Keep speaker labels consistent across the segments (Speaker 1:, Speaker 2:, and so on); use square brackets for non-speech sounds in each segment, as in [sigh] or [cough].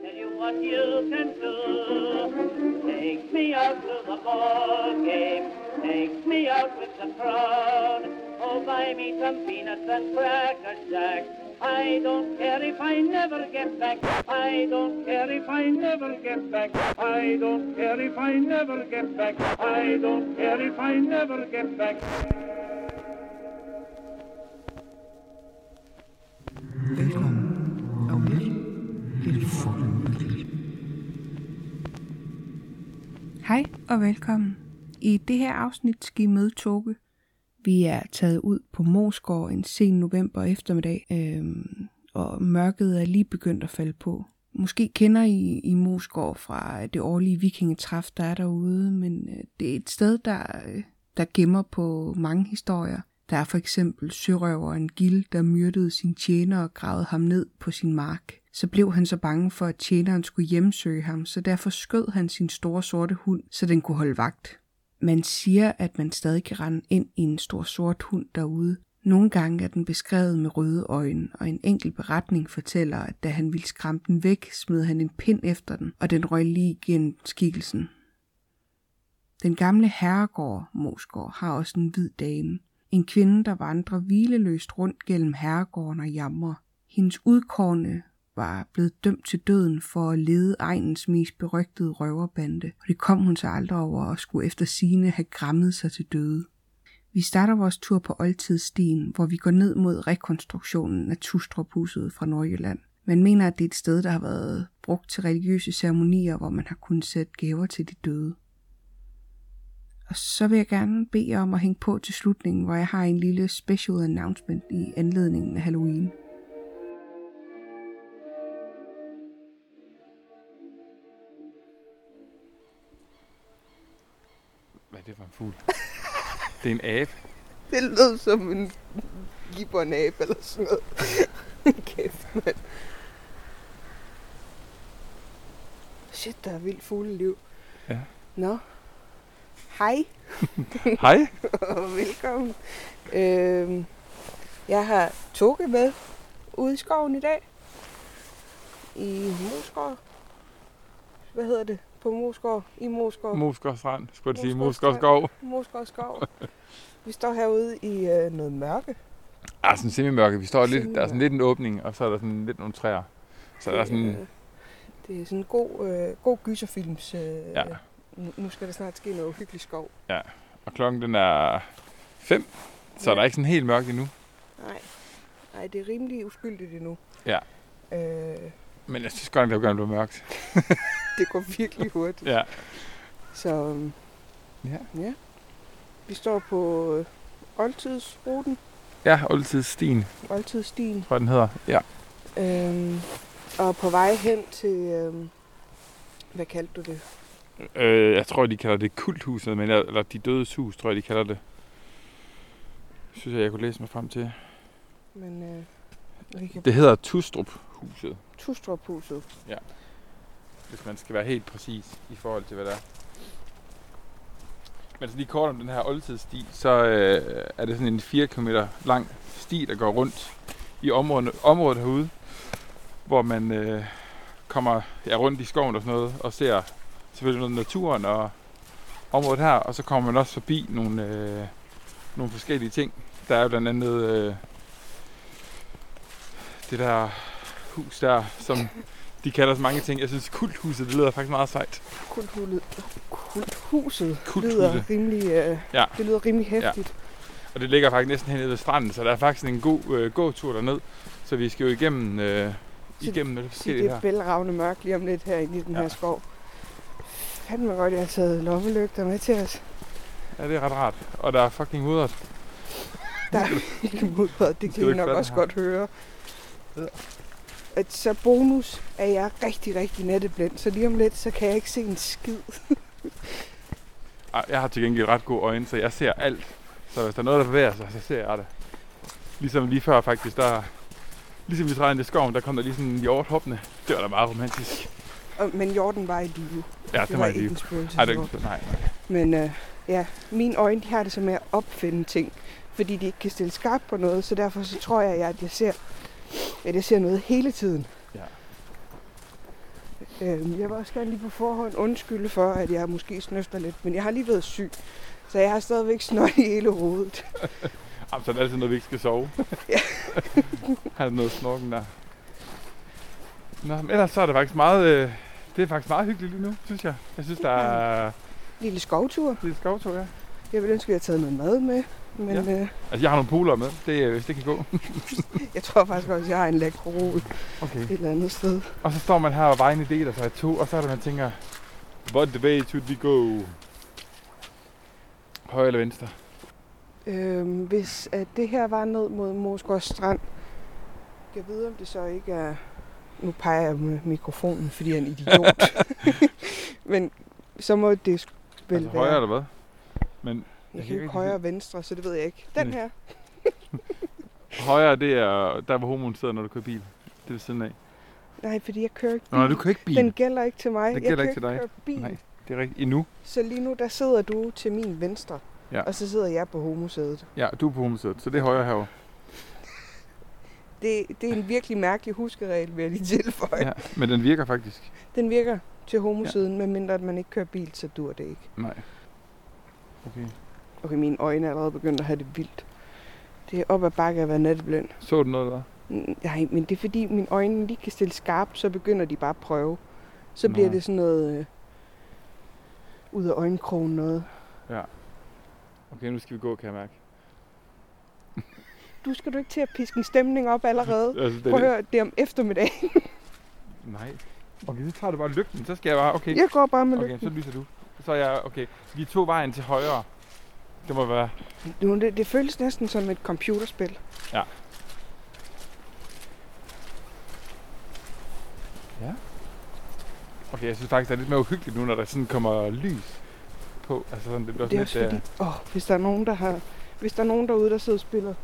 Speaker 1: what you can do. Take me out to the ball game. Take me out with the crowd. Oh, buy me some peanuts and cracker jack. I don't care if I never get back. I don't care if I never get back. I don't care if I never get back. I don't care if I never get back.
Speaker 2: Velkommen og velkommen til Folkeparti.
Speaker 3: Hej og velkommen. I det her afsnit skal I møde Toge. Vi er taget ud på Mosgård en sen november eftermiddag, øhm, og mørket er lige begyndt at falde på. Måske kender I, I Mosgård fra øh, det årlige vikingetræf, der er derude, men øh, det er et sted, der, øh, der gemmer på mange historier. Der er for eksempel sørøveren Gil, der myrdede sin tjener og gravede ham ned på sin mark. Så blev han så bange for, at tjeneren skulle hjemsøge ham, så derfor skød han sin store sorte hund, så den kunne holde vagt. Man siger, at man stadig kan rende ind i en stor sort hund derude. Nogle gange er den beskrevet med røde øjne, og en enkelt beretning fortæller, at da han ville skræmme den væk, smed han en pind efter den, og den røg lige gennem skikkelsen. Den gamle herregård, Mosgård, har også en hvid dame. En kvinde, der vandrer hvileløst rundt gennem herregården og jamrer. Hendes udkårne var blevet dømt til døden for at lede egnens mest berygtede røverbande, og det kom hun så aldrig over og skulle efter sine have græmmet sig til døde. Vi starter vores tur på Oldtidsstien, hvor vi går ned mod rekonstruktionen af Tustruphuset fra Nordjylland. Man mener, at det er et sted, der har været brugt til religiøse ceremonier, hvor man har kunnet sætte gaver til de døde. Og så vil jeg gerne bede jer om at hænge på til slutningen, hvor jeg har en lille special announcement i anledningen af Halloween.
Speaker 4: Hvad er det for en fugl? det er en abe.
Speaker 5: Det lød som en gibbernab eller sådan noget. [laughs] Kæft, mand. Shit, der er vildt fugleliv.
Speaker 4: Ja.
Speaker 5: Nå. Hej
Speaker 4: Hej.
Speaker 5: og [laughs] velkommen. Øhm, jeg har Toge med ude i skoven i dag. I Moskov. Hvad hedder det? På Moskov. I Moskov.
Speaker 4: Mosgård Strand, skulle jeg sige.
Speaker 5: Mosgård
Speaker 4: Mosgård Skov.
Speaker 5: Moskov skov. Vi står herude i øh, noget mørke.
Speaker 4: Ah, sådan semi-mørke. Vi står lidt, der er
Speaker 5: Semimørke.
Speaker 4: sådan lidt en åbning, og så er der sådan lidt nogle træer. Så er der sådan,
Speaker 5: Øh, det er sådan en god, øh, god gyserfilms... Øh,
Speaker 4: ja.
Speaker 5: nu- Nu skal der snart ske noget hyggeligt skov.
Speaker 4: Og klokken den er 5, så er
Speaker 5: Ja.
Speaker 4: der ikke sådan helt mørkt endnu.
Speaker 5: Nej. Nej, det er rimelig uskyldigt endnu.
Speaker 4: Ja.
Speaker 5: Øh,
Speaker 4: Men jeg synes godt, nok, det var blevet mørkt.
Speaker 5: det går virkelig hurtigt.
Speaker 4: Ja.
Speaker 5: Så øhm,
Speaker 4: Ja.
Speaker 5: ja. Vi står på øh, oldtidsruten,
Speaker 4: Ja, oldtidsstien,
Speaker 5: oldtidsstien,
Speaker 4: tror jeg, den hedder. Ja.
Speaker 5: øhm, og på vej hen til, øhm, hvad kaldte du det?
Speaker 4: Øh, jeg tror, de kalder det kulthuset, men, jeg- eller de dødes hus, tror jeg, de kalder det. Synes jeg, jeg kunne læse mig frem til.
Speaker 5: Men øh, vi kan
Speaker 4: Det hedder Tustrup-huset,
Speaker 5: Tustruphuset.
Speaker 4: hvis man skal være helt præcis i forhold til, hvad det er. Men altså lige kort om den her oldtidssti, så øh, er det sådan en 4 km lang sti, der går rundt i området, området herude, hvor man øh, kommer ja, rundt i skoven og sådan noget, og ser selvfølgelig noget naturen og området her, og så kommer man også forbi nogle, øh, nogle forskellige ting. Der er jo blandt andet øh, det der hus der, som de kalder så mange ting. Jeg synes, kulthuset, det lyder faktisk meget sejt.
Speaker 5: Kulthulet. Kulthuset,
Speaker 4: Kulthuset.
Speaker 5: lyder rimelig, øh,
Speaker 4: Ja.
Speaker 5: det lyder rimelig hæftigt.
Speaker 4: Og det ligger faktisk næsten hernede ved stranden, så der er faktisk en god øh, gåtur derned. Så vi skal jo igennem, øh,
Speaker 5: Så-
Speaker 4: igennem det
Speaker 5: Så
Speaker 4: forskellige
Speaker 5: det er
Speaker 4: her.
Speaker 5: bælragende mørkt lige om lidt herinde i den
Speaker 4: Ja.
Speaker 5: her skov. Fandme godt, jeg har taget lommelygter med til os.
Speaker 4: Ja, det er ret rart. Og der er fucking mudret.
Speaker 5: Der
Speaker 4: [laughs]
Speaker 5: er ikke modbred, det
Speaker 4: Skal
Speaker 5: kan
Speaker 4: du
Speaker 5: I
Speaker 4: ikke
Speaker 5: nok
Speaker 4: fatte
Speaker 5: også
Speaker 4: her?
Speaker 5: godt høre.
Speaker 4: Ja.
Speaker 5: At så bonus er jeg rigtig, rigtig natteblind, så lige om lidt, så kan jeg ikke se en skid.
Speaker 4: Ej, Jeg har til gengæld ret gode øjne, så jeg ser alt. Så hvis der er noget, der bevæger sig, så ser jeg det. Ligesom lige før faktisk, der... Ligesom vi træder ind i skoven, der kom der lige sådan en hjort hoppende. Det var da meget romantisk.
Speaker 5: Og, men jorden var i live.
Speaker 4: Ja,
Speaker 5: Det
Speaker 4: det
Speaker 5: var
Speaker 4: var
Speaker 5: ikke en
Speaker 4: lige.
Speaker 5: spøgelse.
Speaker 4: Ej, det er ikke... Nej, nej.
Speaker 5: Men øh, ja, mine øjne de har det så med at opfinde ting, fordi de ikke kan stille skarpt på noget, så derfor så tror jeg, at jeg, at jeg ser, at jeg ser noget hele tiden.
Speaker 4: Ja.
Speaker 5: Jeg Øhm, jeg vil også gerne lige på forhånd undskylde for, at jeg måske snøfter lidt, men jeg har lige været syg, så jeg har stadigvæk snot i hele hovedet.
Speaker 4: Jamen, så er det altid noget, vi ikke skal [laughs] sove. har du noget snorken der? Nå, men ellers så er det faktisk meget, øh, det er faktisk meget hyggeligt lige nu, synes jeg. Jeg synes, der er
Speaker 5: Lille skovtur.
Speaker 4: lidt skovtog, ja.
Speaker 5: Jeg ville ønske, at jeg havde taget noget mad med, men ja. øh,
Speaker 4: Altså, jeg har nogle poler med, det, øh, hvis det kan gå.
Speaker 5: jeg tror faktisk også, at jeg har en lakkerol
Speaker 4: Okay.
Speaker 5: et eller andet sted.
Speaker 4: Og så står man her, og vejene deler sig i to, og så er det, man tænker, what way should we go? Højre eller venstre?
Speaker 5: Øhm, hvis at det her var ned mod Moskvas Strand, jeg ved, om det så ikke er... Nu peger jeg med mikrofonen, fordi jeg er en
Speaker 4: [laughs]
Speaker 5: idiot. Men så må det sk- vel
Speaker 4: altså,
Speaker 5: være...
Speaker 4: højre eller hvad? Men
Speaker 5: jeg kan
Speaker 4: kan ikke Mm.
Speaker 5: ikke
Speaker 4: rigtig
Speaker 5: højre og venstre, så det ved jeg ikke. Den
Speaker 4: Nej.
Speaker 5: her.
Speaker 4: højre, det er der, hvor homoen sidder, når du kører bil. Det er ved siden af.
Speaker 5: Nej, fordi jeg kører ikke
Speaker 4: Nå, du kører ikke bil.
Speaker 5: Den gælder ikke til mig.
Speaker 4: Den gælder
Speaker 5: jeg
Speaker 4: ikke til dig.
Speaker 5: Køre bil.
Speaker 4: Nej, det er rigtigt. Endnu.
Speaker 5: Så lige nu, der sidder du til min venstre.
Speaker 4: Ja.
Speaker 5: Og så sidder jeg på homosædet.
Speaker 4: Ja, du er på homosædet, så det er højre herovre.
Speaker 5: Det, det er en virkelig mærkelig huskeregel, vil jeg lige tilføje. Ja.
Speaker 4: Ja, men den virker faktisk.
Speaker 5: Den virker til homosiden, ja. medmindre at man ikke kører bil, så dur det ikke.
Speaker 4: Nej. Okay.
Speaker 5: Okay, mine øjne er allerede begyndt at have det vildt. Det er op ad bakke at være natteblind.
Speaker 4: Så du noget der?
Speaker 5: Mm, Nej, men det er fordi, mine øjne lige kan stille skarpt, så begynder de bare at prøve. Så
Speaker 4: Nå.
Speaker 5: bliver det sådan noget øh, ud af øjenkrogen noget.
Speaker 4: Okay, nu skal vi gå, kan jeg mærke.
Speaker 5: Du skal du ikke til at piske en stemning op allerede.
Speaker 4: Altså, [laughs] det
Speaker 5: Prøv at høre, det er om eftermiddag.
Speaker 4: Nej. Okay, så tager du bare lygten, så skal jeg bare... Okay,
Speaker 5: Jeg går bare med
Speaker 4: okay
Speaker 5: lygten.
Speaker 4: så lyser du. Så er jeg... Okay, vi tog vejen til højre. Det må være...
Speaker 5: Nu, det, det føles næsten som et computerspil.
Speaker 4: Ja. Ja. Okay, jeg synes faktisk, det er lidt mere uhyggeligt nu, når der sådan kommer lys på. Altså sådan, det bliver
Speaker 5: Det er
Speaker 4: sådan
Speaker 5: også
Speaker 4: lidt... øh,
Speaker 5: fordi, åh, hvis der er nogen, der har, hvis der er nogen derude, der sidder og spiller,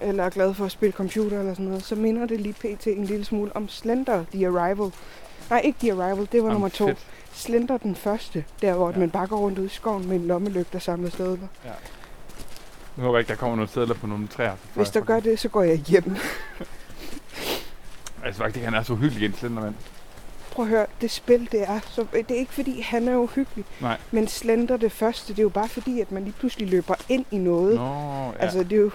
Speaker 5: eller er glad for at spille computer eller sådan noget, så minder det lige pt. en lille smule om Slender The Arrival. Nej, ikke The Arrival, det var
Speaker 4: Jamen,
Speaker 5: nummer to.
Speaker 4: fedt.
Speaker 5: Slender den første, der hvor
Speaker 4: Ja.
Speaker 5: ja. man bare går rundt ude i skoven med en lommelygte der samler stødler.
Speaker 4: Nu håber jeg ikke, der kommer nogle sædler på nogle træer. så får
Speaker 5: Hvis
Speaker 4: jeg
Speaker 5: der
Speaker 4: fucking-
Speaker 5: gør det, så går jeg hjem.
Speaker 4: Altså faktisk, han er så hyggelig en slendermand.
Speaker 5: Prøv at høre, det spil det er, så, det er ikke fordi han er uhyggelig,
Speaker 4: Nej.
Speaker 5: men Slender det første, det er jo bare fordi, at man lige pludselig løber ind i noget.
Speaker 4: Nå, ja.
Speaker 5: Altså, det er jo...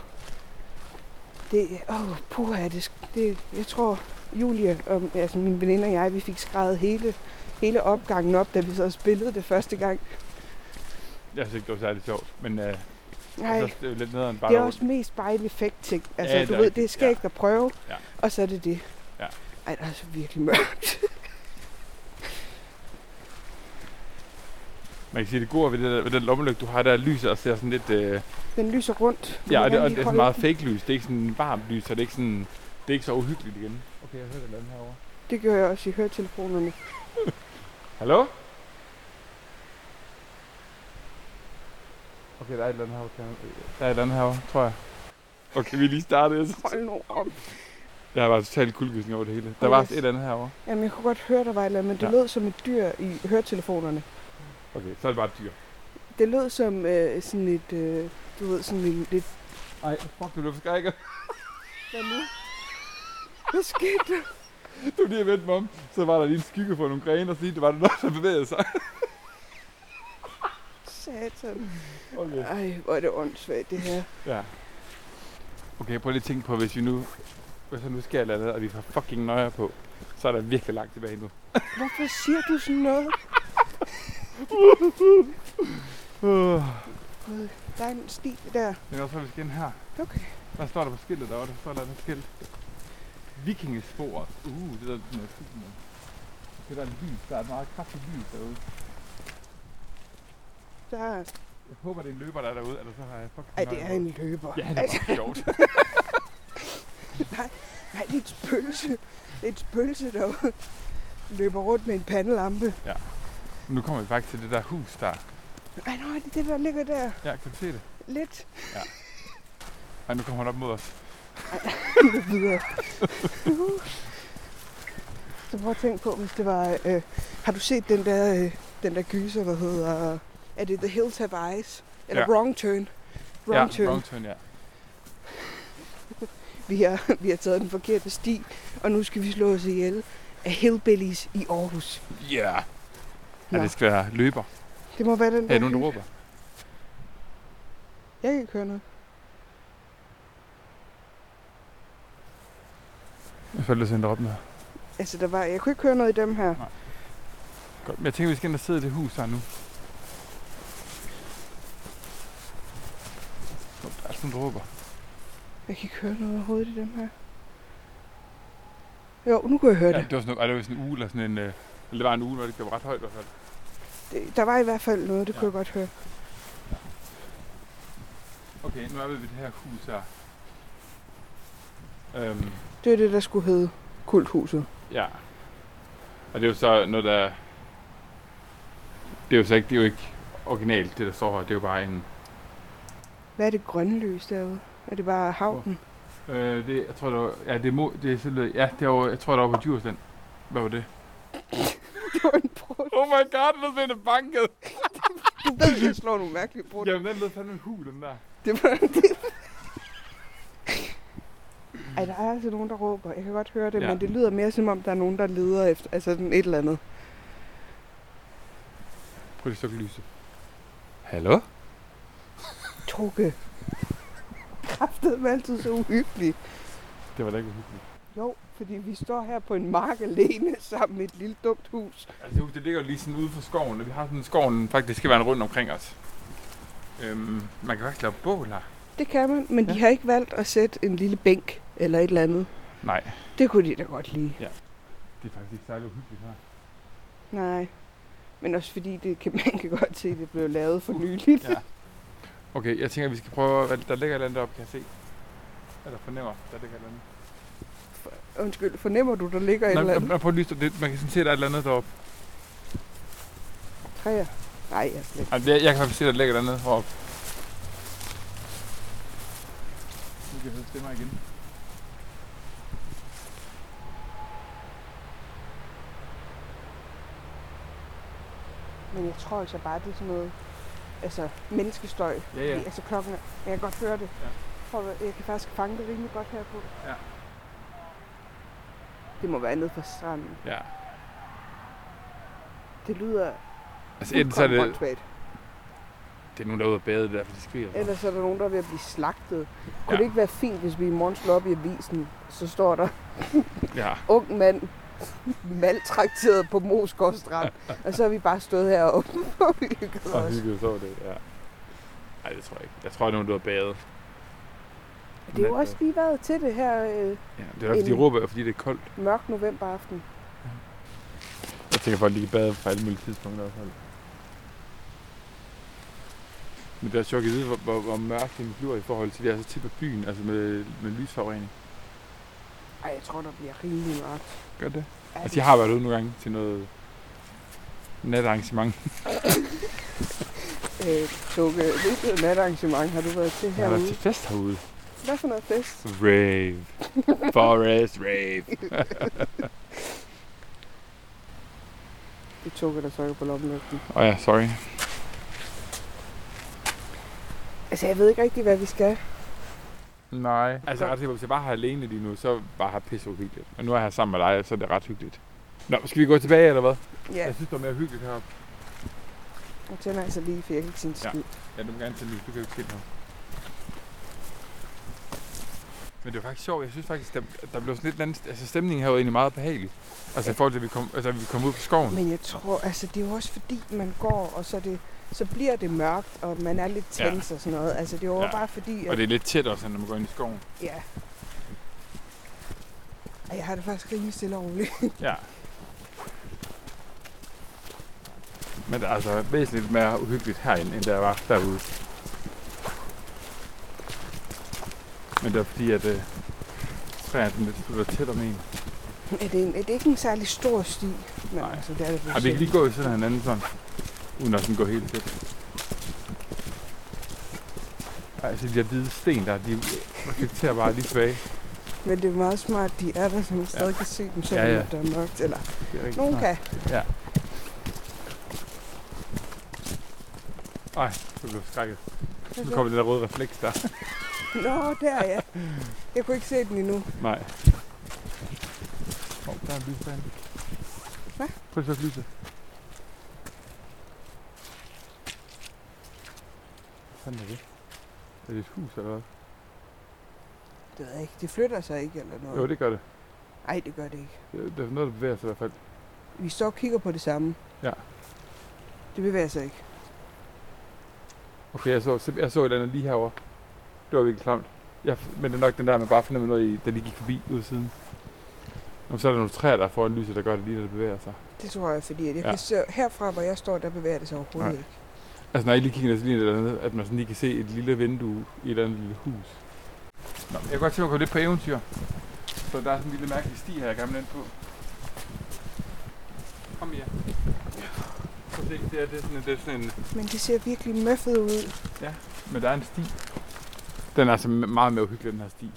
Speaker 5: Det, åh, puha, det, sk- det, jeg tror, Julie og altså, min veninde og jeg, vi fik skrevet hele, hele opgangen op, da vi så spillede det første gang.
Speaker 4: Jeg synes ikke, det var særlig sjovt, men øh,
Speaker 5: Nej,
Speaker 4: altså, det er jo lidt nederen bare
Speaker 5: det er
Speaker 4: derude.
Speaker 5: også mest bare en effekt-ting. Altså,
Speaker 4: Ja, det
Speaker 5: du
Speaker 4: er
Speaker 5: ved,
Speaker 4: rigtigt,
Speaker 5: det skal
Speaker 4: ja.
Speaker 5: ikke at prøve,
Speaker 4: Ja.
Speaker 5: og så er det det.
Speaker 4: Ja.
Speaker 5: Ej, det er altså virkelig mørkt.
Speaker 4: Man kan sige, det gode ved, det der, ved den lommelygte, du har, der lyser og ser sådan lidt... Øh,
Speaker 5: Den lyser rundt.
Speaker 4: ja, og det,
Speaker 5: Hvordan
Speaker 4: og
Speaker 5: de
Speaker 4: det
Speaker 5: holder
Speaker 4: er sådan meget
Speaker 5: den.
Speaker 4: fake lys. Det er ikke sådan varmt lys, så det er ikke, sådan, det er ikke så uhyggeligt igen. Okay, jeg hører den anden herovre.
Speaker 5: Det gør jeg også i høretelefonerne.
Speaker 4: Hallo? Okay, der er et eller andet herovre. kan jeg- Der er et eller andet herovre, tror jeg. Okay, vi er lige [laughs] startede.
Speaker 5: Hold nu op.
Speaker 4: Jeg har bare totalt kuldegysning over det hele. Der
Speaker 5: Oh,
Speaker 4: var
Speaker 5: yes.
Speaker 4: et eller andet herovre.
Speaker 5: Jamen, jeg kunne godt høre, der var et eller andet, men det
Speaker 4: Ja.
Speaker 5: lød som et dyr i høretelefonerne.
Speaker 4: Okay, så er det bare et dyr.
Speaker 5: Det lød som øh, sådan et, øh, du ved, sådan en lidt...
Speaker 4: Ej, fuck, du blev forskrækket.
Speaker 5: Hvad nu? Hvad skete der?
Speaker 4: [laughs] Du lige vendte mig om, så var der lige en skygge for nogle grene, og så lige, det var der noget, der bevægede sig.
Speaker 5: Satan.
Speaker 4: Okay.
Speaker 5: Ej, hvor er det åndssvagt, det her.
Speaker 4: Ja. Okay, prøv lige at tænke på, hvis vi nu, hvis jeg nu sker et eller andet, og vi får fucking nøjer på, så er der virkelig langt tilbage nu.
Speaker 5: Hvorfor siger du sådan noget?
Speaker 4: Uh.
Speaker 5: Der er en sti der.
Speaker 4: Men også, hvad vi skal ind her.
Speaker 5: Okay.
Speaker 4: Hvad står der på skiltet derovre? Der står der et skilt. Vikingesporet. Uh, det der noget skidt noget. Okay, der er et lys. Der er et meget kraftigt lys derude.
Speaker 5: Der er...
Speaker 4: Jeg håber, det er en løber, der er derude, eller så har jeg fucking
Speaker 5: Ej, det
Speaker 4: nøje
Speaker 5: er
Speaker 4: på.
Speaker 5: en løber.
Speaker 4: Ja, det er bare sjovt.
Speaker 5: Nej, det er et spøgelse. Det er et spøgelse, der løber rundt med en pandelampe.
Speaker 4: Nu kommer vi faktisk til det der hus der.
Speaker 5: Ej, nej, det er det, der ligger der.
Speaker 4: Ja, kan du se det?
Speaker 5: Lidt
Speaker 4: Ej, nu kommer han op mod os.
Speaker 5: videre. Så prøv at tænke på, hvis det var... Øh, har du set den der, øh, den der gyser, der hedder... Er det The Hills Have Eyes? Eller
Speaker 4: Ja.
Speaker 5: ja. Wrong Turn? Wrong
Speaker 4: ja,
Speaker 5: Turn.
Speaker 4: Wrong turn, ja.
Speaker 5: [laughs] Vi, har, vi har taget den forkerte sti, og nu skal vi slå os ihjel. af hillbillies i Aarhus.
Speaker 4: Ja. Yeah. Ja,
Speaker 5: Nå.
Speaker 4: det skal være løber.
Speaker 5: Det må være den
Speaker 4: Her er nogen, der råber.
Speaker 5: Jeg kan ikke høre noget.
Speaker 4: Jeg følte, det sendte op med.
Speaker 5: Altså, der var, jeg kunne ikke høre noget i dem her.
Speaker 4: Godt. Men jeg tænker, vi skal ind og sidde i det hus her nu. Nå, Der er sådan nogle dråber.
Speaker 5: Jeg kan ikke høre noget overhovedet i dem her. Jo, nu kunne jeg høre
Speaker 4: Ja,
Speaker 5: det.
Speaker 4: det var sådan, ej, det var sådan en uge eller sådan en... Øh, eller det var en uge, hvor det blev ret højt i hvert fald.
Speaker 5: det. Der var i hvert fald noget, det
Speaker 4: Ja.
Speaker 5: kunne jeg godt høre.
Speaker 4: Okay, nu er vi ved det her hus her. Øhm,
Speaker 5: Det er det, der skulle hedde kulthuset.
Speaker 4: ja. Og det er jo så noget, der... Det er jo så ikke, det er jo ikke originalt, det der står her. Det er jo bare en...
Speaker 5: Hvad er det grønne lys derude? Er det bare havnen?
Speaker 4: Øh, det, jeg tror, det var... Ja, det er, mo, det er selv, ja, det var, jeg tror, det var på Djursland. Hvad var det?
Speaker 5: [laughs] Det var en brud.
Speaker 4: Oh my god, nu blev det banket!
Speaker 5: Du ved, [laughs] jeg slår nogle mærkelige brud.
Speaker 4: Jamen, den lød fandme hul, den der.
Speaker 5: Det var [laughs] det. Ej, der er altså nogen, der råber. Jeg kan godt høre det,
Speaker 4: Ja.
Speaker 5: ja. men det lyder mere som om, der er nogen, der leder efter altså sådan et eller andet.
Speaker 4: Prøv lige at slukke lyset. Hallo?
Speaker 5: Toge. Kræftet er altid så uhyggeligt.
Speaker 4: Det var da ikke uhyggeligt.
Speaker 5: Jo, fordi vi står her på en mark alene sammen med et lille dumt hus.
Speaker 4: Altså, det hus, det ligger jo lige sådan ude for skoven, og vi har sådan skoven faktisk skal være en rundt omkring os. Øhm, man kan faktisk lave bål her.
Speaker 5: Det kan man, men ja.
Speaker 4: Ja.
Speaker 5: de har ikke valgt at sætte en lille bænk eller et eller andet.
Speaker 4: Nej,
Speaker 5: Det kunne de da godt lide.
Speaker 4: det er faktisk ikke særlig uhyggeligt her.
Speaker 5: Nej. Men også fordi det kan, [laughs] man kan godt se, at det blev lavet for nyligt. [laughs]
Speaker 4: Ja. Okay, jeg tænker, vi skal prøve, hvad der ligger et eller andet op, kan jeg se. Eller fornemmer, der ligger et eller andet.
Speaker 5: Undskyld, fornemmer du, der ligger et
Speaker 4: Nå,
Speaker 5: eller andet?
Speaker 4: Nå, nå, prøv at lyse, det, man kan sådan se, der er et eller andet deroppe.
Speaker 5: Træer? Nej, jeg slet
Speaker 4: Altså, jeg, jeg kan faktisk se, der ligger et eller andet heroppe. Nu kan jeg høre stemmer igen.
Speaker 5: Men jeg tror altså bare, det er sådan noget altså, menneskestøj.
Speaker 4: Ja, ja.
Speaker 5: Fordi, Altså klokken er, jeg kan godt høre det.
Speaker 4: Ja.
Speaker 5: Prøv, at- jeg kan faktisk fange det rimelig godt her på.
Speaker 4: Ja.
Speaker 5: Det må være nede fra stranden.
Speaker 4: Ja.
Speaker 5: Det lyder
Speaker 4: Altså, enten så er
Speaker 5: fuldkommen
Speaker 4: det,
Speaker 5: åndssvagt.
Speaker 4: det er nogen, der er ude at bade, det er derfor, de skriger. så.
Speaker 5: Ellers er der nogen, der er ved at blive slagtet. Kunne
Speaker 4: Ja.
Speaker 5: det ikke være fint, hvis vi i morgen slår op i avisen, så står der
Speaker 4: Ja.
Speaker 5: ung mand [laughs] maltrakteret på Moskov Strand. og så har vi bare stået heroppe [laughs] og hygget
Speaker 4: Og
Speaker 5: os.
Speaker 4: hygget så var det, ja. Nej, det tror jeg ikke. Jeg tror, det er nogen, der har badet.
Speaker 5: Det er jo også lige været til det her øh,
Speaker 4: Ja, det er også, fordi de
Speaker 5: en-
Speaker 4: råber, fordi det er koldt.
Speaker 5: mørk novemberaften.
Speaker 4: Jeg tænker, folk lige bade fra alle mulige tidspunkter i hvert fald. Men det er sjovt at vide, hvor, hvor, hvor mørkt det bliver i forhold til, det er så tæt på byen, altså med, med lysforurening.
Speaker 5: Ej, jeg tror, der bliver rimelig mørkt.
Speaker 4: Gør det?
Speaker 5: Ja,
Speaker 4: Altså, jeg har været ude nogle gange til noget natarrangement.
Speaker 5: Øh, Tukke, hvilket natarrangement har du været til
Speaker 4: Jeg har været
Speaker 5: herude?
Speaker 4: til fest herude.
Speaker 5: Hvad for noget fest?
Speaker 4: Rave. Forest rave.
Speaker 5: Det er Tukke, der trykker på lommelygten.
Speaker 4: Åh oh ja, sorry.
Speaker 5: Altså, jeg ved ikke rigtig, hvad vi skal.
Speaker 4: Nej. Altså,
Speaker 5: Godt.
Speaker 4: ret sikker på, hvis jeg bare har alene lige nu, så var her pisse uhyggeligt. Og nu er jeg her sammen med dig, så er det ret hyggeligt. Nå, skal vi gå tilbage, eller hvad?
Speaker 5: Ja,
Speaker 4: Jeg synes, det var mere hyggeligt heroppe.
Speaker 5: nu tænder jeg så lige, for jeg kan ikke sige en
Speaker 4: Ja.
Speaker 5: skid.
Speaker 4: Ja, du må gerne tænde lys. Du kan jo ikke se noget. Men det var faktisk sjovt. Jeg synes faktisk, der, der blev sådan lidt andet... Altså, stemningen her var egentlig meget behagelig. Altså, i forhold til, at vi kom, altså, at vi kom ud på skoven.
Speaker 5: Men jeg tror, altså det er jo også fordi, man går, og så, er det, så bliver det mørkt, og man er lidt
Speaker 4: Ja.
Speaker 5: tens og sådan noget. Altså det er jo
Speaker 4: Ja.
Speaker 5: ja. bare fordi,
Speaker 4: Og
Speaker 5: at,
Speaker 4: det er lidt tæt også, når man går ind i skoven.
Speaker 5: ja. Og jeg har det faktisk rimelig stille og roligt. [laughs]
Speaker 4: Ja. Men der er altså væsentligt mere uhyggeligt herinde, end der var derude. Men det er fordi, at øh, træerne sådan lidt slutter tæt om en.
Speaker 5: er, det en, er det ikke en særlig stor sti? Men
Speaker 4: Nej.
Speaker 5: altså, det er det for
Speaker 4: Har vi kan lige gå ved siden af hinanden sådan, uden at sådan gå helt tæt? Ej, altså de der hvide sten der, de reflekterer bare lige tilbage.
Speaker 5: Men det er meget smart, de er der, så man stadig kan se dem, selvom
Speaker 4: Ja,
Speaker 5: ja,
Speaker 4: ja.
Speaker 5: ja. der er mørkt. Eller
Speaker 4: Det er rigtig
Speaker 5: nogen
Speaker 4: smart.
Speaker 5: kan.
Speaker 4: Ej, du blev skrækket.
Speaker 5: Hvad
Speaker 4: Nu
Speaker 5: så?
Speaker 4: kommer den der røde refleks der.
Speaker 5: Altså, Nå, der ja. Jeg kunne ikke se den endnu.
Speaker 4: Nej. Åh, oh, der er en lysbane.
Speaker 5: Hvad?
Speaker 4: Prøv lige at lyset. Sådan er det. Er det et hus eller hvad?
Speaker 5: Det ved jeg ikke. Det flytter sig ikke eller noget.
Speaker 4: Jo, det gør det.
Speaker 5: Nej, det gør det ikke.
Speaker 4: Det er noget, der bevæger sig i hvert fald.
Speaker 5: Vi står og kigger på det samme.
Speaker 4: Ja.
Speaker 5: Det bevæger sig ikke.
Speaker 4: Okay, jeg så, jeg så et eller andet lige herovre. Det var virkelig klamt. Jeg, men det er nok den der, man bare finder med noget i, der lige gik forbi ud af siden. Og så er der nogle træer, der får en lyset, der gør det lige, når det bevæger sig.
Speaker 5: Det tror jeg, fordi at jeg
Speaker 4: Ja.
Speaker 5: ja. kan se, herfra, hvor jeg står, der bevæger det sig overhovedet
Speaker 4: Nej.
Speaker 5: ikke.
Speaker 4: Altså, når jeg lige kigger ned, så ligner det et eller andet, at man sådan lige kan se et lille vindue i et eller andet lille hus. Nå, men jeg kan godt tænke mig at gå lidt på eventyr. Så der er sådan en lille mærkelig sti her, jeg gerne vil ind på. Kom her. Prøv at se, det er, det er, sådan, en- det er sådan en...
Speaker 5: Men det ser virkelig møffet ud.
Speaker 4: Men der er en sti. Den er altså meget mere uhyggelig, den her sti.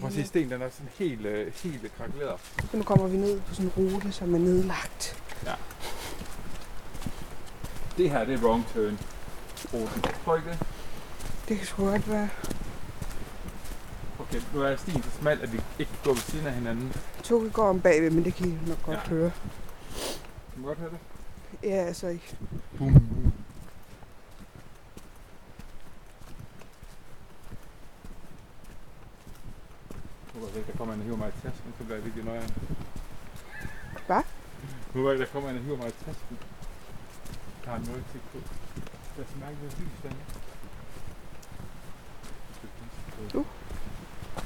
Speaker 4: Prøv at se,
Speaker 5: Ja.
Speaker 4: sten, den er sådan helt, øh, helt krakeleret.
Speaker 5: Så nu kommer vi ned på sådan en rute, som er nedlagt.
Speaker 4: Det her, det er wrong turn. Rosen. Tror I ikke det?
Speaker 5: Det kan sgu godt være.
Speaker 4: Okay, nu er stien så smal, at vi ikke kan gå ved siden af hinanden.
Speaker 5: Toget går om bagved, men det kan I nok godt
Speaker 4: Ja.
Speaker 5: ja. høre.
Speaker 4: Kan du godt høre det?
Speaker 5: Ja, altså ikke.
Speaker 4: Boom. Nu var der kommer en og hiver mig i tasken, så bliver jeg virkelig nøjeren.
Speaker 5: Hvad?
Speaker 4: Nu var der kommer en og hiver mig i tasken. Der er en mørktik på. Der er så mærkeligt lys derinde.
Speaker 5: Uh.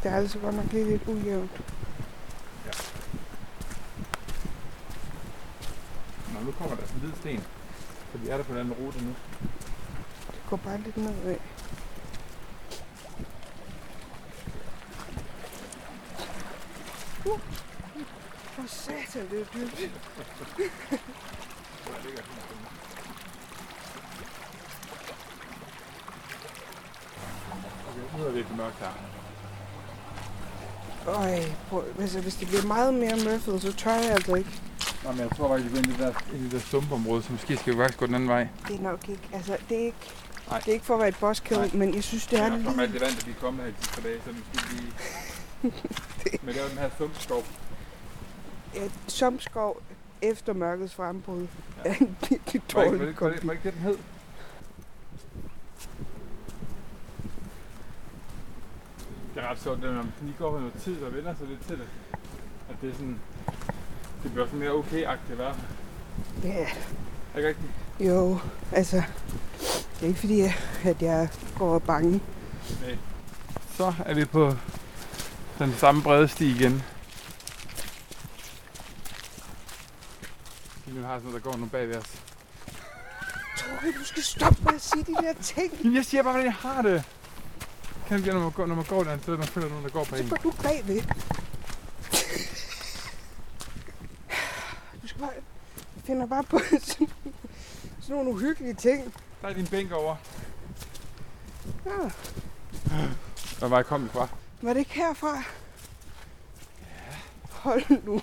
Speaker 5: Det er altså godt nok lige lidt ujævnt.
Speaker 4: Nå, nu kommer der sådan en hvid sten. Så vi er der på den anden rute nu.
Speaker 5: Det går bare lidt nedad. Uh. For satan, det er dybt.
Speaker 4: Hvor ligger den? Okay, nu er det lidt mørkt her.
Speaker 5: Øj, prøv, altså, hvis det bliver meget mere møffet, så tør jeg altså ikke.
Speaker 4: Nå, men jeg tror faktisk, vi går ind i det der, ind i det der sumpområde, så måske skal vi faktisk gå den anden vej.
Speaker 5: Det er nok ikke, altså, det er ikke,
Speaker 4: Nej.
Speaker 5: det er ikke for at være et
Speaker 4: Nej.
Speaker 5: boskæde, men jeg synes, det er
Speaker 4: Jeg tror,
Speaker 5: lige...
Speaker 4: at det vand, der vi er kommet her de sidste par dage, så er det måske lige... [laughs] Men det er jo den her sumpskov.
Speaker 5: Ja, som skov efter mørkets [laughs] frembrud
Speaker 4: Ja.
Speaker 5: ja. er en virkelig
Speaker 4: Var ikke, var,
Speaker 5: dårlig
Speaker 4: det, var, det, var
Speaker 5: kombi.
Speaker 4: ikke det, den hed? Det er ret sjovt, at når man lige går på noget tid og vender sig lidt til det, at det er sådan... Det bliver sådan mere okay-agtigt vejr.
Speaker 5: Ja,
Speaker 4: Er ikke rigtigt?
Speaker 5: jo, altså, det er ikke fordi, at jeg går og er bange.
Speaker 4: Så er vi på den samme brede sti igen. Lige nu har jeg sådan noget, der går nogen bagved os.
Speaker 5: Tror du skal stoppe med at sige de der ting?
Speaker 4: Jamen, jeg siger bare, hvordan jeg har det. Kan du når man går, når man går der, så er der- man føler, at der er nogen, der går på
Speaker 5: Så
Speaker 4: en.
Speaker 5: går du bagved. Du skal bare... Jeg finder bare på [laughs] sådan, sådan nogle uhyggelige ting.
Speaker 4: Der er din bænk over.
Speaker 5: Ja.
Speaker 4: Hvor var jeg kommet fra?
Speaker 5: Var det ikke herfra? Hold nu.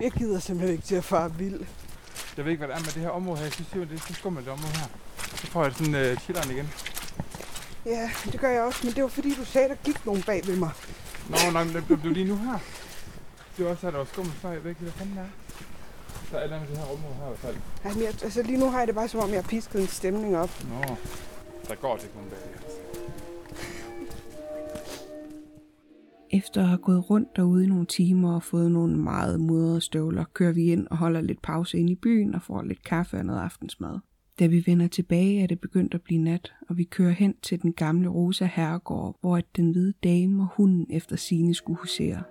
Speaker 5: Jeg gider simpelthen ikke til at fare vild.
Speaker 4: Jeg ved ikke, hvad det er med det her område her. Jeg synes simpelthen, det er så skummelt det område her. Så får jeg sådan øh, chilleren igen.
Speaker 5: Ja, det gør jeg også, men det var fordi, du sagde, der gik nogen bag ved mig.
Speaker 4: Nå, nej, men det blev lige nu her. Det var også her, der var skummelt før. Jeg ved ikke, hvad fanden det er. Der er et eller andet i det her område her i hvert fald.
Speaker 5: Ej, men jeg, altså lige nu har jeg det bare som om, jeg har pisket en stemning op.
Speaker 4: Nå, der går det ikke nogen altså. bagved os.
Speaker 3: Efter at have gået rundt derude i nogle timer og fået nogle meget mudrede støvler, kører vi ind og holder lidt pause inde i byen og får lidt kaffe og noget aftensmad. Da vi vender tilbage, er det begyndt at blive nat, og vi kører hen til den gamle Rosa Herregård, hvor at den hvide dame og hunden efter sine skulle husere.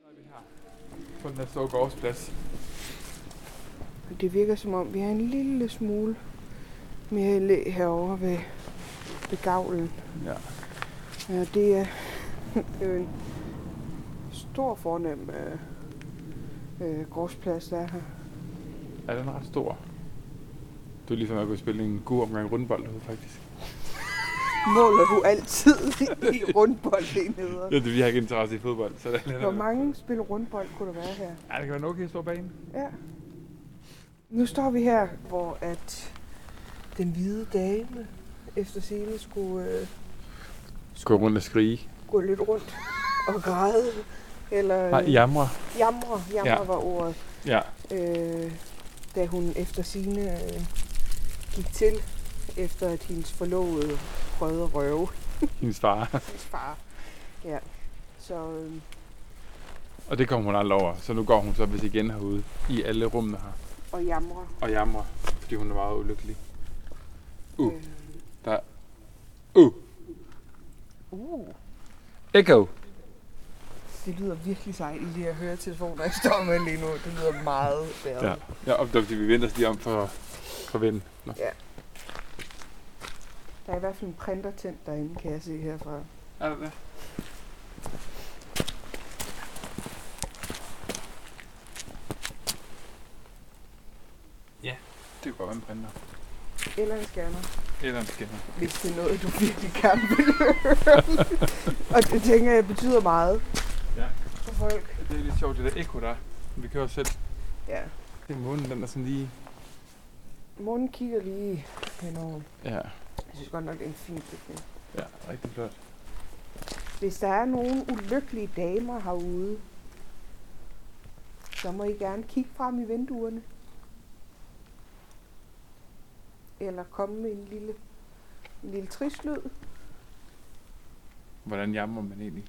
Speaker 4: Så er vi her på den her store gårdsplads.
Speaker 5: Og det virker som om, vi er en lille smule mere i læ herovre ved, ved gavlen.
Speaker 4: Ja.
Speaker 5: Ja, det er, [laughs] det er jo en stor fornem øh, øh, gårdsplads, der er her.
Speaker 4: Ja, den er ret stor. Du er ligesom at kunne spille en god omgang rundbold derude, faktisk.
Speaker 5: Måler du altid [laughs] i rundboldenheder?
Speaker 4: Ja, det, vi har ikke interesse i fodbold, så det er
Speaker 5: Hvor mange spil rundbold kunne der være her?
Speaker 4: Ja, det kan være en okay stor bane.
Speaker 5: Ja. Nu står vi her, hvor at den hvide dame efter scene skulle øh,
Speaker 4: Gå rundt og skrige.
Speaker 5: gå lidt rundt og græde Eller
Speaker 4: Nej, jamre.
Speaker 5: jamre, jamre
Speaker 4: Ja.
Speaker 5: ja. var ordet,
Speaker 4: Ja,
Speaker 5: øh, da hun efter sine øh, gik til, efter at hendes forlovede prøvede at røve
Speaker 4: hendes far.
Speaker 5: hendes far. Ja. Så øh,
Speaker 4: Og det kommer hun aldrig over. Så nu går hun så hvis igen herude i alle rummene her.
Speaker 5: og jamre.
Speaker 4: Og jamre, fordi hun er meget ulykkelig. Uh.
Speaker 5: Øh,
Speaker 4: Uh,
Speaker 5: uh.
Speaker 4: echo.
Speaker 5: Det lyder virkelig sejt i de her høretelefoner, jeg står med lige nu. Det lyder meget bedre.
Speaker 4: Ja, ja og det var, fordi vi venter os lige om for, for vinden. Nå.
Speaker 5: Der er i hvert fald en printer tændt derinde, kan jeg se herfra.
Speaker 4: Er det det? Ja, det kunne godt være en printer.
Speaker 5: Eller en scanner,
Speaker 4: Eller en scanner.
Speaker 5: hvis det er noget, du virkelig gerne vil
Speaker 4: [laughs]
Speaker 5: høre. Og det tænker jeg betyder meget
Speaker 4: Ja.
Speaker 5: for folk.
Speaker 4: Det er lidt sjovt, det der ekko der. Vi kører selv.
Speaker 5: Ja.
Speaker 4: Det er månen, den er sådan lige...
Speaker 5: Morgen kigger lige henover.
Speaker 4: Ja,
Speaker 5: Jeg synes godt nok, det er en fin bygning.
Speaker 4: ja, rigtig flot.
Speaker 5: Hvis der er nogle ulykkelige damer herude, så må I gerne kigge frem i vinduerne. Eller komme med en lille, en lille trist lyd.
Speaker 4: Hvordan jammer man egentlig?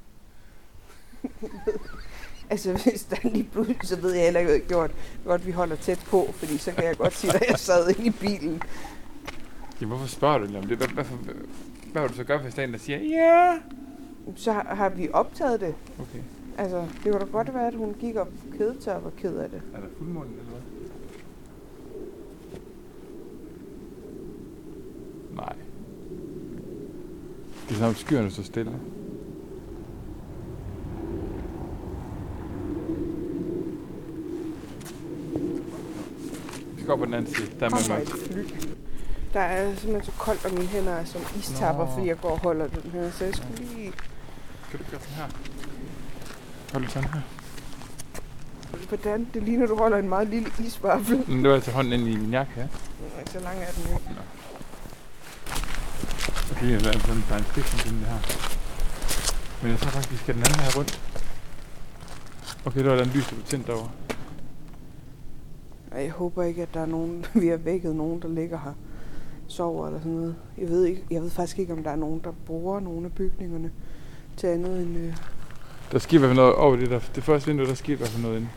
Speaker 5: Altså, hvis der lige pludselig, så ved jeg heller ikke, godt, godt vi holder tæt på, fordi så kan jeg godt sige, at jeg sad inde i bilen.
Speaker 4: Jamen, hvorfor spørger du egentlig om det? Hvad, hvad, for- hvad, hvad vil du så gøre, hvis der er en, der siger, ja?
Speaker 5: Så har, har vi optaget det.
Speaker 4: Okay.
Speaker 5: Altså, det kunne da godt være, at hun gik op kædetør og var ked af det.
Speaker 4: Er der fuldmåne eller hvad? Nej. Det er som om skyerne står stille. Vi skal op på den anden side. Der er
Speaker 5: Kommer
Speaker 4: med
Speaker 5: et fly. Der er simpelthen så koldt, og mine hænder er som istapper,
Speaker 4: Nå.
Speaker 5: fordi jeg går og holder den her. Så jeg skulle lige...
Speaker 4: Kan du gøre sådan her? Hold det sådan her.
Speaker 5: Hvordan? Det ligner, du holder en meget lille isvaffel.
Speaker 4: Men det var altså hånden ind i min jakke, ja.
Speaker 5: Den er Mm, ikke Så lang er den ikke.
Speaker 4: Det ligner sådan en science fiction film, det her. Men jeg tror faktisk, vi skal den anden her rundt. Okay, der var den lys, der blev tændt derovre.
Speaker 5: Og jeg håber ikke, at der er nogen, [laughs] vi har vækket nogen, der ligger her sover eller sådan noget. Jeg ved, ikke, jeg ved faktisk ikke, om der er nogen, der bruger nogle af bygningerne til andet end... Øh,
Speaker 4: Der sker i hvert fald noget over det der. Det første vindue, der sker i hvert fald noget inde.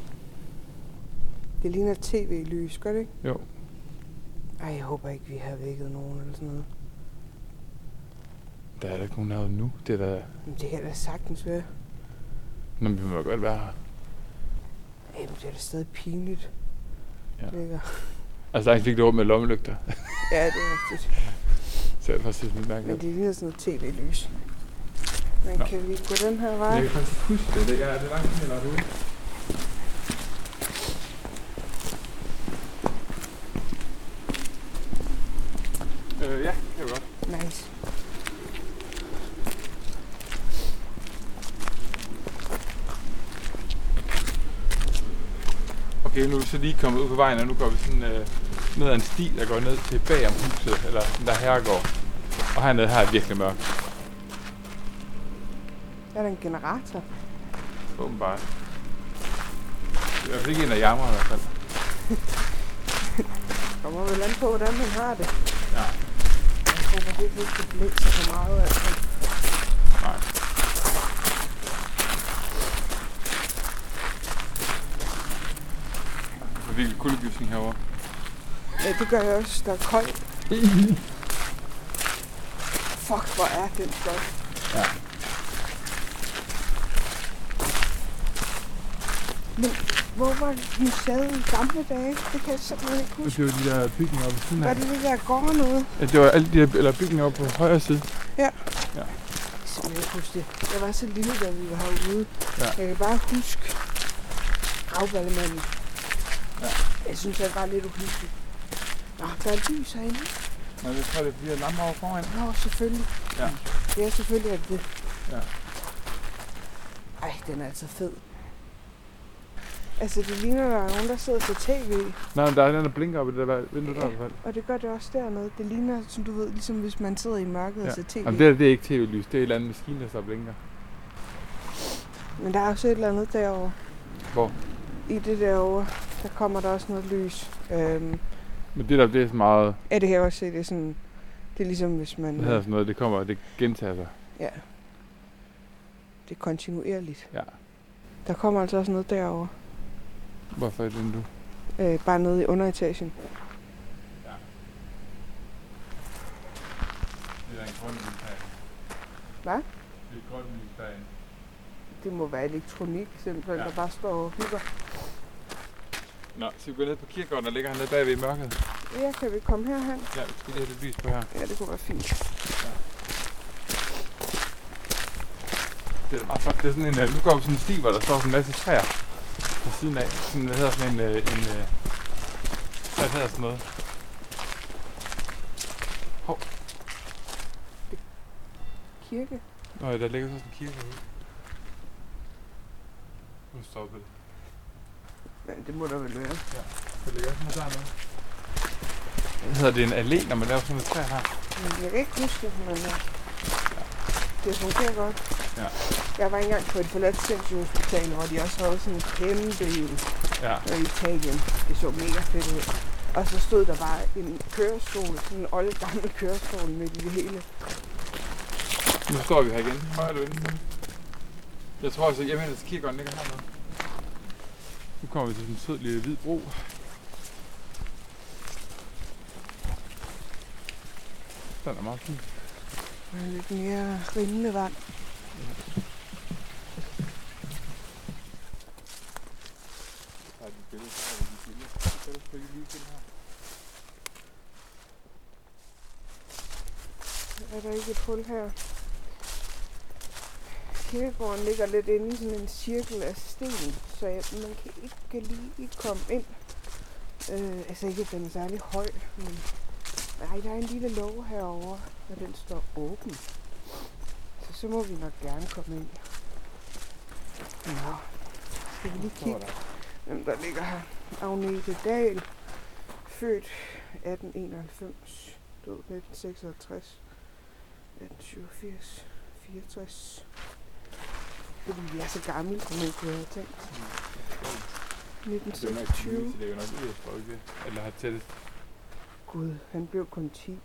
Speaker 5: det ligner tv-lys, gør det ikke?
Speaker 4: Jo.
Speaker 5: Ej, jeg håber ikke, vi har vækket nogen eller sådan noget.
Speaker 4: Der er der ikke nogen herude nu. Det er der...
Speaker 5: Men det kan da sagtens være.
Speaker 4: Nå, men vi må godt være her.
Speaker 5: Ej, men det er da stadig pinligt.
Speaker 4: Ja.
Speaker 5: Ja. Ligger.
Speaker 4: Altså, der er ikke det rum med lommelygter. [laughs]
Speaker 5: Ja, det er rigtigt.
Speaker 4: Så jeg faktisk lidt
Speaker 5: Men
Speaker 4: mærkeligt.
Speaker 5: det ligner sådan noget tv-lys. Men
Speaker 4: Nå.
Speaker 5: Nå. kan vi gå den her
Speaker 4: Men
Speaker 5: vej?
Speaker 4: Jeg kan faktisk ikke huske det. Det er, det er langt hen eller ude. Øh, ja, det er godt.
Speaker 5: Nice.
Speaker 4: Okay, nu er vi så lige kommet ud på vejen, og nu går vi sådan øh, ned ad en sti, der går ned til bag om huset, eller den der herregård. Og hernede her er virkelig mørkt,
Speaker 5: Der er der en generator.
Speaker 4: åbenbart. Det er i hvert fald ikke en af jammer i hvert fald.
Speaker 5: Kommer vel an på, hvordan man har det.
Speaker 4: Ja.
Speaker 5: Jeg håber virkelig ikke, det blæser for meget. Altså.
Speaker 4: Nej. Der er virkelig kuldegysning herovre.
Speaker 5: Ja, det gør jeg også. Der er koldt. Fuck, hvor er den flot.
Speaker 4: Ja.
Speaker 5: Men hvor var museet i gamle dage? Det kan jeg simpelthen ikke huske.
Speaker 4: Det er jo de der bygninger oppe på siden
Speaker 5: Var det det der gård noget?
Speaker 4: Ja, det var alle de der eller bygninger oppe på højre side.
Speaker 5: Jeg kan simpelthen ikke huske det. Jeg var så lille, da vi var herude.
Speaker 4: Ja.
Speaker 5: Jeg kan bare huske gravballemanden.
Speaker 4: Ja.
Speaker 5: Jeg synes, det var lidt uhyggelig. Nå, der er lys herinde.
Speaker 4: Nej, jeg tror, det bliver lamper over foran.
Speaker 5: Nå, selvfølgelig.
Speaker 4: Ja.
Speaker 5: Ja, selvfølgelig er det det.
Speaker 4: Ja.
Speaker 5: Ej, den er altså fed. Altså, det ligner, der er nogen, der sidder på tv,
Speaker 4: Nej, men der er den, der blinker oppe i det der vindue der i
Speaker 5: Ja.
Speaker 4: hvert fald.
Speaker 5: og det gør det også dernede. Det ligner, som du ved, ligesom hvis man sidder i mørket
Speaker 4: Ja.
Speaker 5: og ser tv.
Speaker 4: Jamen, det, her, det er ikke tv-lys, det er en eller anden maskine, der så blinker.
Speaker 5: Men der er også et eller andet derovre.
Speaker 4: Hvor?
Speaker 5: I det derovre, der kommer der også noget lys. Øhm,
Speaker 4: Men det der, det er så meget,
Speaker 5: er det her også, det er sådan... Det er ligesom, hvis man...
Speaker 4: hvad hedder sådan noget, det kommer, og det gentager sig.
Speaker 5: Ja. Det er kontinuerligt.
Speaker 4: Ja.
Speaker 5: Der kommer altså også noget derovre.
Speaker 4: Hvorfor er det nu?
Speaker 5: Øh, bare nede i underetagen.
Speaker 4: Det er en grøn lyspæn.
Speaker 5: Hvad?
Speaker 4: Det er grøn lyspæn.
Speaker 5: Det må være elektronik, simpelthen,
Speaker 4: Ja.
Speaker 5: ja. der bare står og hygger.
Speaker 4: Nå, så vi går ned på kirkegården, der ligger han nede bagved i mørket.
Speaker 5: Ja, kan vi komme herhen?
Speaker 4: Ja, vi skal lige have lidt lys på her.
Speaker 5: Ja, det kunne være fint.
Speaker 4: Det er meget flot. Det er sådan en, øh, nu går vi på sådan en sti, hvor der står sådan en masse træer på siden af. Sådan, hvad hedder sådan en, øh, en øh, hvad hedder sådan noget?
Speaker 5: Kirke.
Speaker 4: Nå, ja, der ligger så sådan en kirke herude. Nu stopper det.
Speaker 5: Ja, det må der vel være.
Speaker 4: Der ligger også noget dernede. Hvad hedder det? En allé, når man laver sådan et træ her?
Speaker 5: Men Jeg kan ikke huske det, men øh, det fungerer godt.
Speaker 4: Ja.
Speaker 5: Jeg var engang på et forladt sindssygehospital, hvor de også havde sådan en kæmpe en
Speaker 4: Ja.
Speaker 5: og Italien. Det så mega fedt ud. Og så stod der bare en kørestol, sådan en old gammel kørestol midt i det hele.
Speaker 4: Nu står vi her igen. Højre eller venstre? Jeg tror altså, jeg mener, at kirkegården ligger hernede. Nu kommer vi til sådan en sød lille hvid bro. Den er meget fin.
Speaker 5: Med lidt mere rindende vand. Er der ikke et hul her? Kirkegården ligger lidt inde i sådan en cirkel af sten, så jeg, man kan ikke lige komme ind. Øh, altså ikke, at den er særlig høj, men nej, der er en lille låge herovre, og den står åben. Så så må vi nok gerne komme ind. Nå, skal vi lige kigge, hvem der ligger her. Agnete Dahl, født 1891, død 1956. 1887, 64. Fordi vi er så gamle, som jeg kunne have tænkt. 1926.
Speaker 4: Det er jo nok yderst folke. Eller har tættest.
Speaker 5: Gud, han blev kun 10.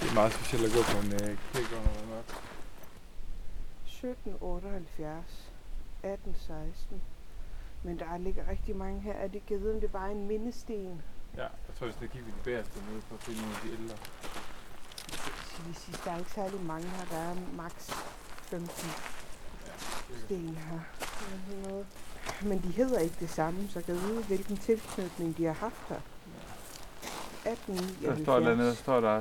Speaker 4: Det er meget specielt at gå på en øh, kirkegård, når det er mørkt.
Speaker 5: 1778, 1816. Men der ligger rigtig mange her. Er det kan jeg vide, om det bare er en mindesten?
Speaker 4: Ja, jeg tror, vi skal kigge i de bagerste nede for at finde nogle af de ældre.
Speaker 5: Så vi siger, der er ikke særlig mange her. Der er maks 15 sten her. Eller sådan noget. Men de hedder ikke det samme, så kan jeg vide, hvilken tilknytning de har haft her. 1879.
Speaker 4: Der står der nede, der står der...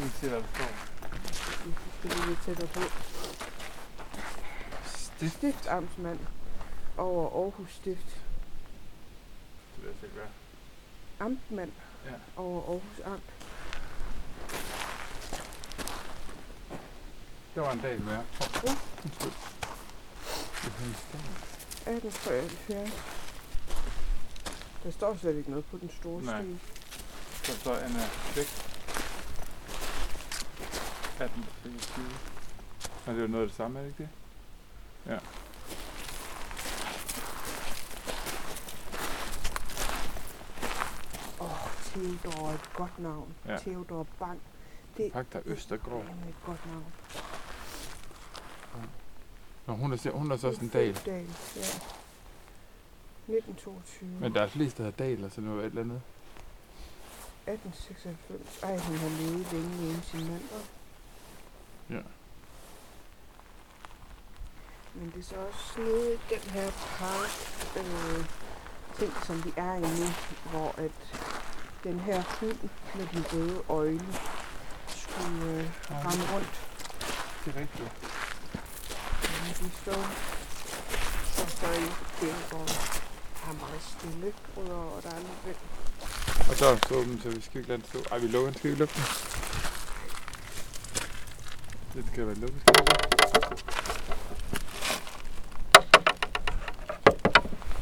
Speaker 4: Jeg se, hvad der står.
Speaker 5: Det skal vi lidt tættere på.
Speaker 4: Stift.
Speaker 5: Stiftamtsmand over Aarhus Stift.
Speaker 4: Det ved jeg slet ikke, hvad.
Speaker 5: Amtmand
Speaker 4: Ja.
Speaker 5: over Aarhus Amt.
Speaker 4: Det var en dag mere.
Speaker 5: Ja.
Speaker 4: Undskyld. Det er hendes dag.
Speaker 5: 1873. Der står slet ikke noget på den store
Speaker 4: Nej.
Speaker 5: stige.
Speaker 4: Så så Anna Bæk. 1824. Og det er jo noget af det samme, er det ikke det? Ja.
Speaker 5: Åh, oh, Theodor er et godt navn.
Speaker 4: Ja.
Speaker 5: Theodor Bang. Det
Speaker 4: Pagter
Speaker 5: er
Speaker 4: Østergaard.
Speaker 5: et godt navn.
Speaker 4: Nå, hun er, se- hun er så også en
Speaker 5: Ulfeldt
Speaker 4: dal.
Speaker 5: Dahl, ja. 1922.
Speaker 4: Men der er flest, der hedder dal, og så noget et eller andet.
Speaker 5: 1896. Ej, hun har levet længe uden sin mand.
Speaker 4: Ja.
Speaker 5: Men det er så også nede i den her park, øh, ting, som vi er i nu, hvor at den her hund med de røde øjne skulle øh, ramme rundt.
Speaker 4: Det er rigtigt.
Speaker 5: Men de står og så i den, hvor der er meget stille, udover at der er lidt vind.
Speaker 4: Og døren står åben, så vi skal ikke lade den stå. Ej, vi lukker den. Skal vi lukke den? Det skal være lukket. skal den ikke?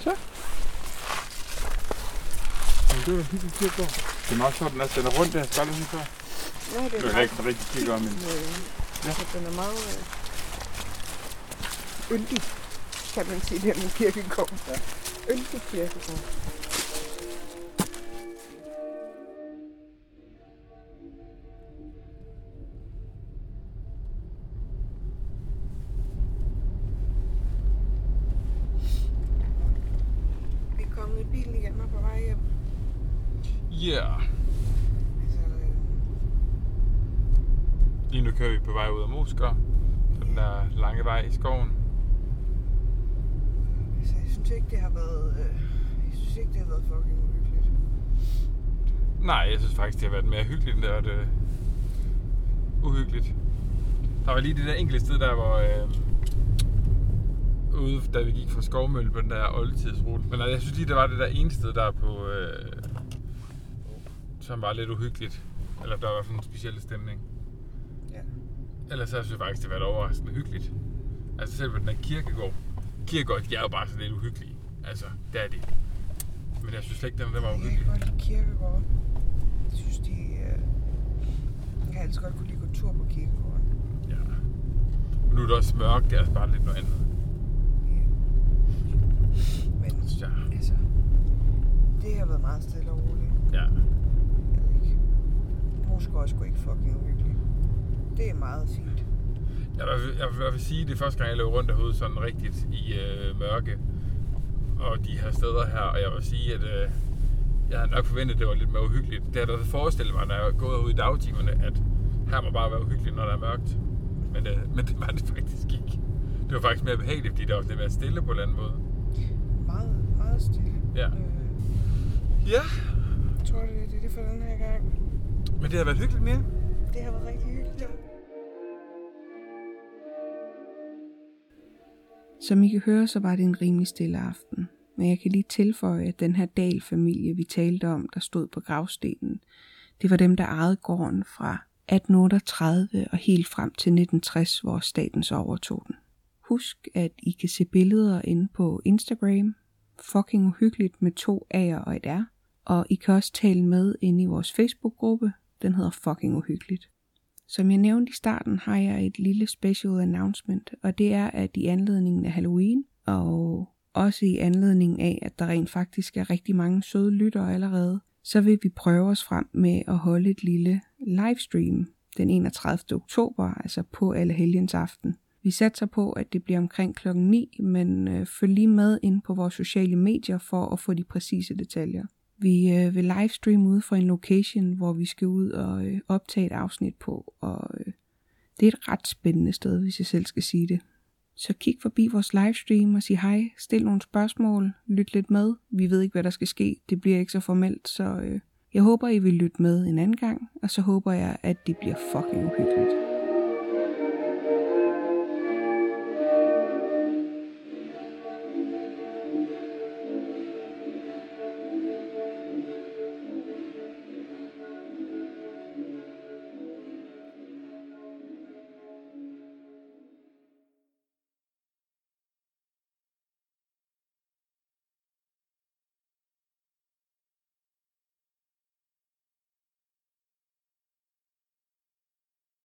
Speaker 4: Så. det var da en hyggelig kirkegård. Det er meget sjovt, den er, den er rundt der. Skal du lige før?
Speaker 5: Ja, det
Speaker 4: Det
Speaker 5: er
Speaker 4: er
Speaker 5: meget
Speaker 4: ikke rigtig kirkegård, men Ja.
Speaker 5: ja. øh, den er meget øh, yndig, kan man sige, den kirkegård. Ja. Yndig kirkegård. Vi er kommet i bilen igen og på vej hjem.
Speaker 4: yeah.
Speaker 5: Altså, øh,
Speaker 4: Lige nu kører vi på vej ud af Moskva. På den der lange vej i skoven.
Speaker 5: Altså, jeg synes ikke, det har været... Øh, jeg synes ikke, det har været fucking uhyggeligt.
Speaker 4: Nej, jeg synes faktisk, det har været mere hyggeligt, end det har været øh, uhyggeligt. Der var lige det der enkelte sted, der hvor... Øh, ude, da vi gik fra Skovmølle på den der oldtidsrute. Men jeg synes lige, der var det der ene sted, der på... Øh, som var lidt uhyggeligt. Eller der var sådan en speciel stemning.
Speaker 5: Ja.
Speaker 4: Ellers så synes jeg faktisk, det har været overraskende hyggeligt. Altså selv på den der kirkegård. Kirkegård, de er jo bare sådan lidt uhyggelige. Altså, det er de. Men jeg synes slet ikke, den, den var
Speaker 5: Jeg
Speaker 4: uhyggelig.
Speaker 5: kan godt lide kirkegården. Jeg synes, de... Øh, jeg har altid godt kunne lide at gå tur på kirkegården.
Speaker 4: Ja. Men nu er det også mørkt, det er altså bare lidt noget andet,
Speaker 5: Ja. Men
Speaker 4: synes jeg.
Speaker 5: altså... Det har været meget stille og roligt.
Speaker 4: Ja.
Speaker 5: Jeg ved ikke. Moskva er sgu ikke fucking uhyggelig. Det er meget fint.
Speaker 4: Jeg vil, jeg, vil, jeg vil sige, det er første gang, jeg løb rundt derude sådan rigtigt i øh, mørke. Og de her steder her, og jeg vil sige, at øh, jeg havde nok forventet, at det var lidt mere uhyggeligt. Det havde jeg da forestillet mig, når jeg var gået ud i dagtimerne, at her må bare være uhyggeligt, når der er mørkt. Men, øh, men det var det faktisk ikke. Det var faktisk mere behageligt, fordi der var lidt mere stille på en eller anden måde.
Speaker 5: Meget, meget stille.
Speaker 4: Ja.
Speaker 5: Øh,
Speaker 4: Ja,
Speaker 5: jeg tror, det er det, er det for den her gang.
Speaker 4: men det har været hyggeligt mere.
Speaker 5: Det har været rigtig hyggeligt.
Speaker 3: Som I kan høre, så var det en rimelig stille aften. Men jeg kan lige tilføje, at den her Dahl-familie, vi talte om, der stod på gravstenen, det var dem, der ejede gården fra 1838 og helt frem til 1960, hvor staten så overtog den. Husk, at I kan se billeder inde på Instagram, fucking uhyggeligt med to A'er og et R, og I kan også tale med inde i vores Facebook-gruppe, den hedder fucking uhyggeligt. Som jeg nævnte i starten, har jeg et lille special announcement, og det er, at i anledningen af Halloween, og også i anledningen af, at der rent faktisk er rigtig mange søde lyttere allerede, så vil vi prøve os frem med at holde et lille livestream den 31. oktober, altså på alle helgens aften. Vi satser på, at det bliver omkring klokken 9, men øh, følg lige med ind på vores sociale medier for at få de præcise detaljer. Vi øh, vil livestreame ude fra en location, hvor vi skal ud og øh, optage et afsnit på, og øh, det er et ret spændende sted, hvis jeg selv skal sige det. Så kig forbi vores livestream og sig hej, stil nogle spørgsmål, lyt lidt med. Vi ved ikke, hvad der skal ske, det bliver ikke så formelt, så øh, jeg håber, I vil lytte med en anden gang, og så håber jeg, at det bliver fucking uhyggeligt.